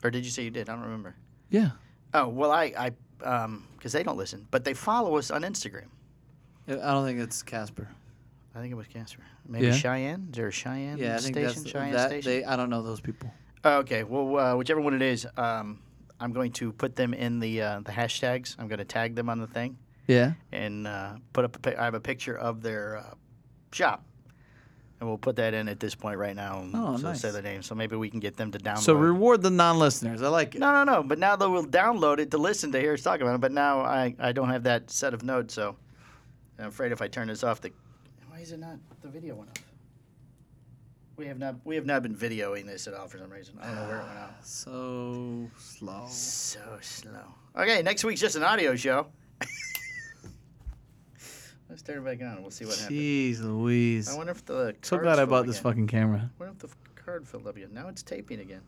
or did you say you did? I don't remember. Yeah. Oh well, I I um because they don't listen, but they follow us on Instagram. I don't think it's Casper. I think it was Casper. Maybe Yeah. Cheyenne. Is there a Cheyenne station? Cheyenne station. I don't know those people. Oh, okay. Well, uh, whichever one it is, um, I'm going to put them in the uh, the hashtags. I'm going to tag them on the thing Yeah. and uh, put up. A pic- I have a picture of their uh, shop. And we'll put that in at this point right now. And Oh, so nice. say their name. So maybe we can get them to download. So reward the non-listeners. I like it. No, no, no. But now they will download it to listen to hear us talk about it. But now I, I don't have that set of notes, so I'm afraid if I turn this off, the why is it not the video went off? We have not we have not been videoing this at all for some reason. I don't know where it went off. So slow. So slow. Okay, next week's just an audio show. Let's turn it back on. We'll see what happens. Jeez Louise. I wonder if the So card's glad I filled bought this again. fucking camera. What if the f- card filled up again? Now it's taping again.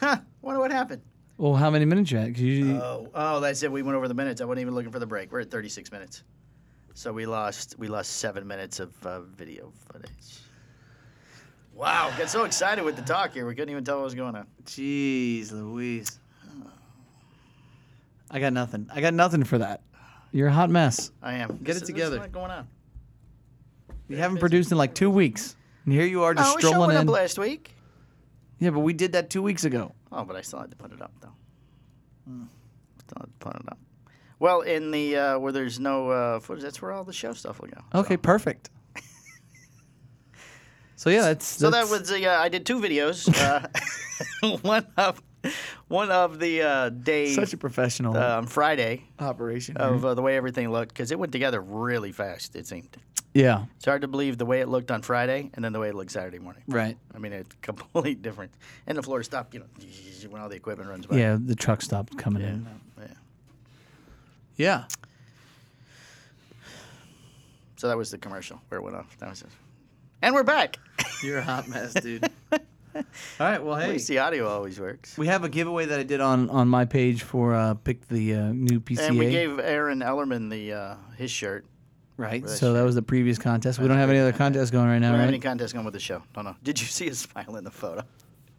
Huh? Wonder what happened. Well, how many minutes you had? 'Cause usually, Oh, oh, that's it. We went over the minutes. I wasn't even looking for the break. We're at 36 minutes, so we lost we lost seven minutes of uh, video footage. Wow, got so excited with the talk here, we couldn't even tell what was going on. jeez Louise. I got nothing. I got nothing for that. You're a hot mess. I am. Get it together. What's going on? You haven't produced in like two weeks, and here you are just Oh, we showed strolling one in. up last week. yeah, but we did that two weeks ago. Oh, but I still had to put it up though. Hmm. Still had to put it up. Well, in the uh, where there's no uh, footage, that's where all the show stuff will go. Okay, perfect. so yeah, that's, So that that's- was the uh, I did two videos. Uh, one of one of the uh, day such a professional um, Friday operation. of uh, the way everything looked because it went together really fast. It seemed yeah, it's hard to believe the way it looked on Friday and then the way it looked Saturday morning. right. I mean, it's complete difference. And the floor stopped, you know, when all the equipment runs by. Yeah, the truck stopped coming in. Yeah. Yeah. So that was the commercial where it went off. That was it. And we're back. You're a hot mess, dude. All right. Well, At hey, least the audio always works. we have a giveaway that I did on on my page for uh, pick the uh, new PCA. And we gave Aaron Ellerman the uh, his shirt. right. Right. So that was the previous contest. We don't have any other contests going right now, We don't have right? any contest going with the show. No, no. Did you see his smile in the photo?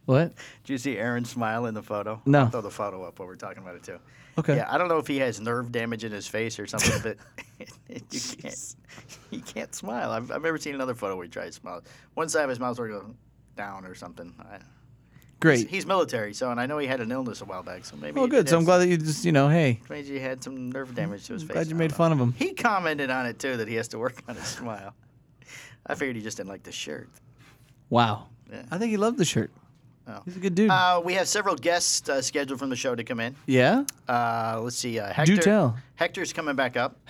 what? Did you see Aaron's smile in the photo? No. I'll throw the photo up while we're talking about it too. Okay. Yeah, I don't know if he has nerve damage in his face or something, but you can't you can't smile. I've, I've never seen another photo where he tries to smile. One side of his mouth sort of goes down or something. I, Great. He's military, so and I know he had an illness a while back, so maybe. well, it good. So I'm is- glad that you just you know, hey, Maybe he had some nerve damage to his face. glad I you don't made know. fun of him. He commented on it too that he has to work on his smile. I figured he just didn't like the shirt. Wow. Yeah. I think he loved the shirt. Oh. He's a good dude. Uh, we have several guests uh, scheduled from the show to come in. yeah. Uh, let's see. Uh, Hector, Do tell. Hector's coming back up.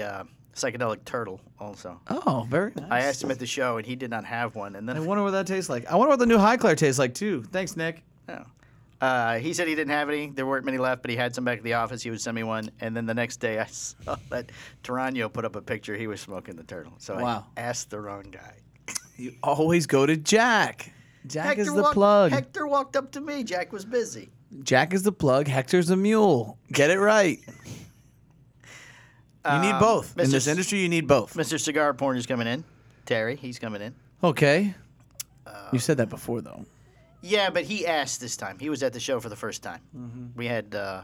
uh, psychedelic turtle also. Oh, very nice. I asked him at the show, and he did not have one. And then I wonder what that tastes like. I wonder what the new Highclere tastes like too. Thanks, Nick. Oh. Uh, he said he didn't have any. There weren't many left, but he had some back at the office. He would send me one. And then the next day, I saw that Tarano put up a picture. He was smoking the turtle. So Wow. I asked the wrong guy. You always go to Jack. Jack is the walked, plug. Hector walked up to me. Jack was busy. Jack is the plug. Hector's a mule. Get it right. You need Um, both. In Mr. this S- industry, you need both. Mr. Cigar Porn is coming in. Terry, he's coming in. Okay. Uh, you said that before, though. Yeah, but he asked this time. He was at the show for the first time. Mm-hmm. We had uh,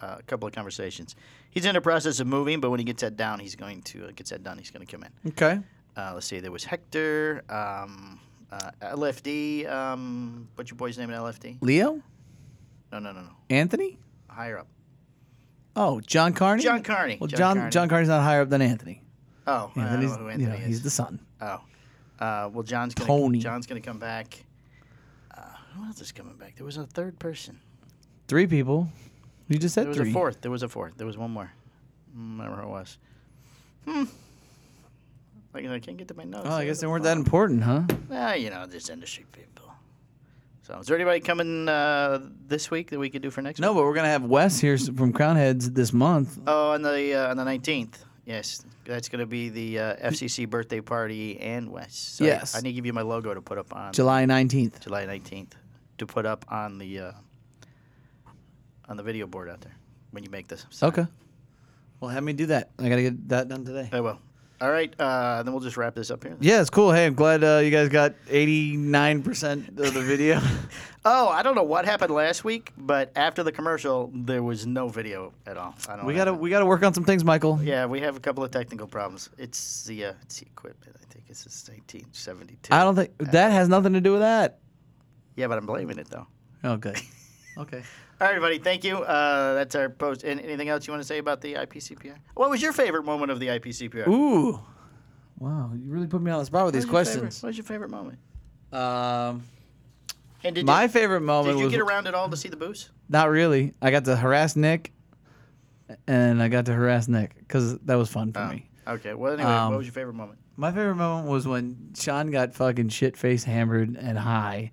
a couple of conversations. He's in the process of moving, but when he gets that down, he's going to uh, gets that done. He's going to come in. Okay. Uh, let's see. There was Hector, um, uh, LFD. Um, what's your boy's name in LFD? Leo? No, no, no, no. Anthony? Higher up. Oh, John Carney? John Carney. Well, John John, Carney. John Carney's not higher up than Anthony. Oh, I don't Anthony's, know who you Anthony know, is. he's the son. Oh. Uh, well, John's gonna, Tony. John's going to come back. Uh, who else is coming back? There was a third person. Three people. You just said There was three. a fourth. There was a fourth. There was one more. I don't remember who it was. Hmm. Like, I can't get to my notes. Oh, I Who guess the they weren't fuck? that important, huh? Ah, you know, there's industry people. So, is there anybody coming uh, this week that we could do for next No, week? but we're gonna have Wes here s- from Crown Heads this month. Oh, on the uh, on the 19th. Yes, that's going to be the uh, FCC birthday party and West. So I- Yes. I, need to give you my logo to put up on July 19th. July 19th to put up on the uh, on the video board out there when you make this. sign. Okay. Well, have me do that. I gotta get that done today. I will. All right, uh, then we'll just wrap this up here. Yeah, it's cool. Hey, I'm glad uh, you guys got 89% of the video. Oh, I don't know what happened last week, but after the commercial, there was no video at all. I don't. we know. gotta we gotta work on some things, Michael. Yeah, we have a couple of technical problems. It's the uh, it's the equipment. I think it's this 1972. I don't think that has nothing to do with that. Yeah, but I'm blaming it though. Okay. Oh, okay. All right, everybody. Thank you. Uh, that's our post. And anything else you want to say about the IPCPR? What was your favorite moment of the IPCPR? What Ooh. Wow, you really put me on the spot with was these your favorite- questions. What was your favorite moment? Um, And did my you, favorite moment did you was get around at all to see the booths? not really. I got to harass Nick, and I got to harass Nick because that was fun for me. Okay. Well, anyway, Um, what was your favorite moment? My favorite moment was when Sean got fucking shit faced, hammered, and high.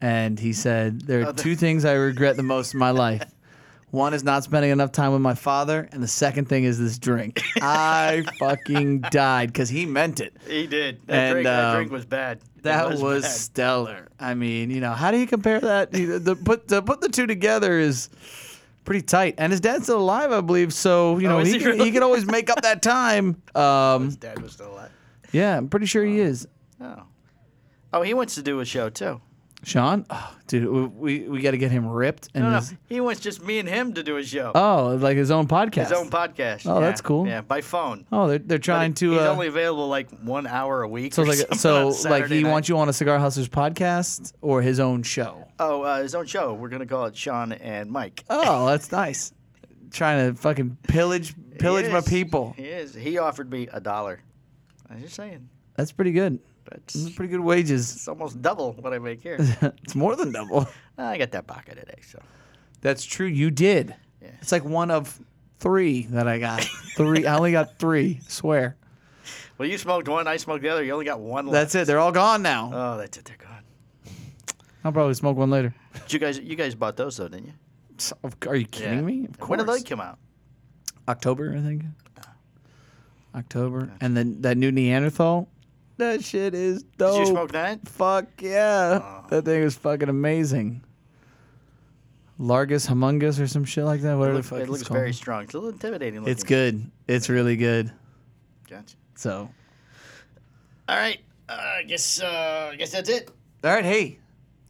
And he said, There are Oh, the- two things I regret the most in my life. One is not spending enough time with my father. And the second thing is this drink. I fucking died because he meant it. He did. That, And, drink, that um, drink was bad. It That was, bad. stellar. I mean, you know, how do you compare that? You- the, put, to put the two together is pretty tight. And his dad's still alive, I believe. So, you Oh, know, is he, he can, really? he can always make up that time. Um, Dad was still alive. yeah, I'm pretty sure he is. Oh. Oh, he wants to do a show too. Sean, oh, dude, we we, we got to get him ripped and No, no, his, he wants just me and him to do a show. oh, like his own podcast. His own podcast. Oh, Yeah, that's cool. Yeah, by phone. oh, they're they're trying But he- to. He's Uh, only available like one hour a week. so or like something so on like Saturday he night. wants you on a Cigar Hustlers podcast or his own show. Oh, uh, his own show. We're gonna call it Sean and Mike. Oh, that's nice. Trying to fucking pillage pillage He my is. people. He is. He offered me a dollar. I'm just saying. That's pretty good. That's Those are pretty good wages. it's almost double what I make here. it's more than double. I got that pocket today, so That's true. You did. Yeah. It's like one of three that I got. three. I only got three. Swear. Well, you smoked one, I smoked the other. You only got one left. That's it. They're all gone now. Oh, that's it. They're gone. I'll probably smoke one later. But you guys, you guys bought those though, didn't you? S- of- Are you kidding me? Of course. When did they come out? October, I think. October, and then that new Neanderthal. That shit is dope. Did you smoke that? Fuck yeah! That thing is fucking amazing. Largus humungus or some shit like that. Whatever the It, look- fuck it it's looks called. very strong. It's a little intimidating looking. it's good. It's really good. Gotcha. So. All right. Uh, I guess uh, I guess that's it. All right. Hey,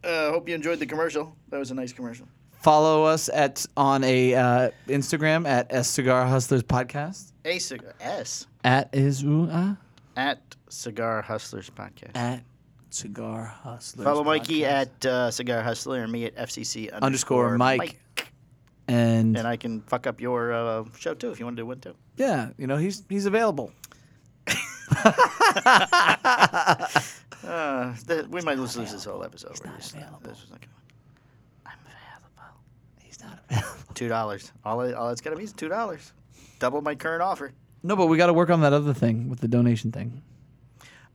Uh, hope you enjoyed the commercial. That was a nice commercial. follow us at on a uh, Instagram at S Cigar Hustlers Podcast. A cigar S At is ooh, ah, at Cigar Hustlers Podcast. at Cigar Hustlers. Follow Mikey Podcast. at uh, Cigar Hustler and me at FCC underscore, underscore Mike. And, And I can fuck up your uh, show too if you want to do one too. yeah, you know he's he's available. Uh, th- we might just lose this whole episode. We're just- uh, available. this is not gonna work. I'm available. He's not available. Two dollars. All it, all it's gonna be is two dollars. Double my current offer. No, but we got to work on that other thing with the donation thing.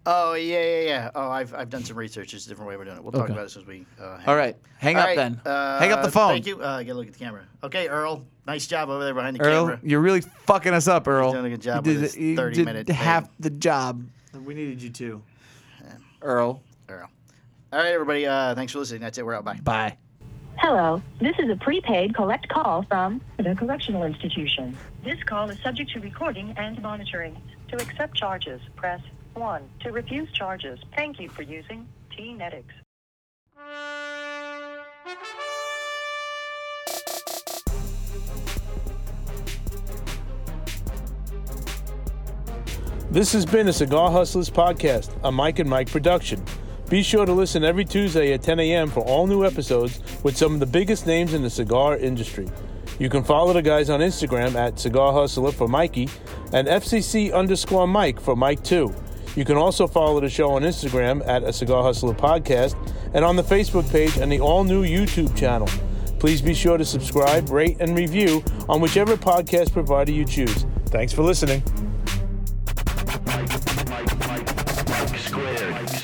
Oh yeah, yeah, yeah. Oh, I've, I've done some research. It's a different way we're doing it. We'll talk Okay. about it since we. Uh, hang All up. right, hang All up right, then. uh, hang up the phone. Thank you. Uh, get a look at the camera. Okay, Earl. Nice job over there behind the Earl, camera. you're really fucking us up, Earl. doing a good job you with did, this you 30 did minute half thing. the job. We needed you too, Earl. Earl. All right, everybody. Uh, thanks for listening. That's it. We're out. Bye. Bye. Hello, this is a prepaid collect call from the correctional institution. This call is subject to recording and monitoring. To accept charges, press 1. To refuse charges, thank you for using T-Netics. This has been a Cigar Hustlers podcast, a Mike and Mike production. Be sure to listen every Tuesday at 10 a.m. for all new episodes with some of the biggest names in the cigar industry. You can follow the guys on Instagram at Cigar Hustler for Mikey and FCC underscore Mike for Mike 2. You can also follow the show on Instagram at a Cigar Hustler podcast and on the Facebook page and the all new YouTube channel. Please be sure to subscribe, rate, and review on whichever podcast provider you choose. Thanks for listening. Mike, Mike, Mike squared.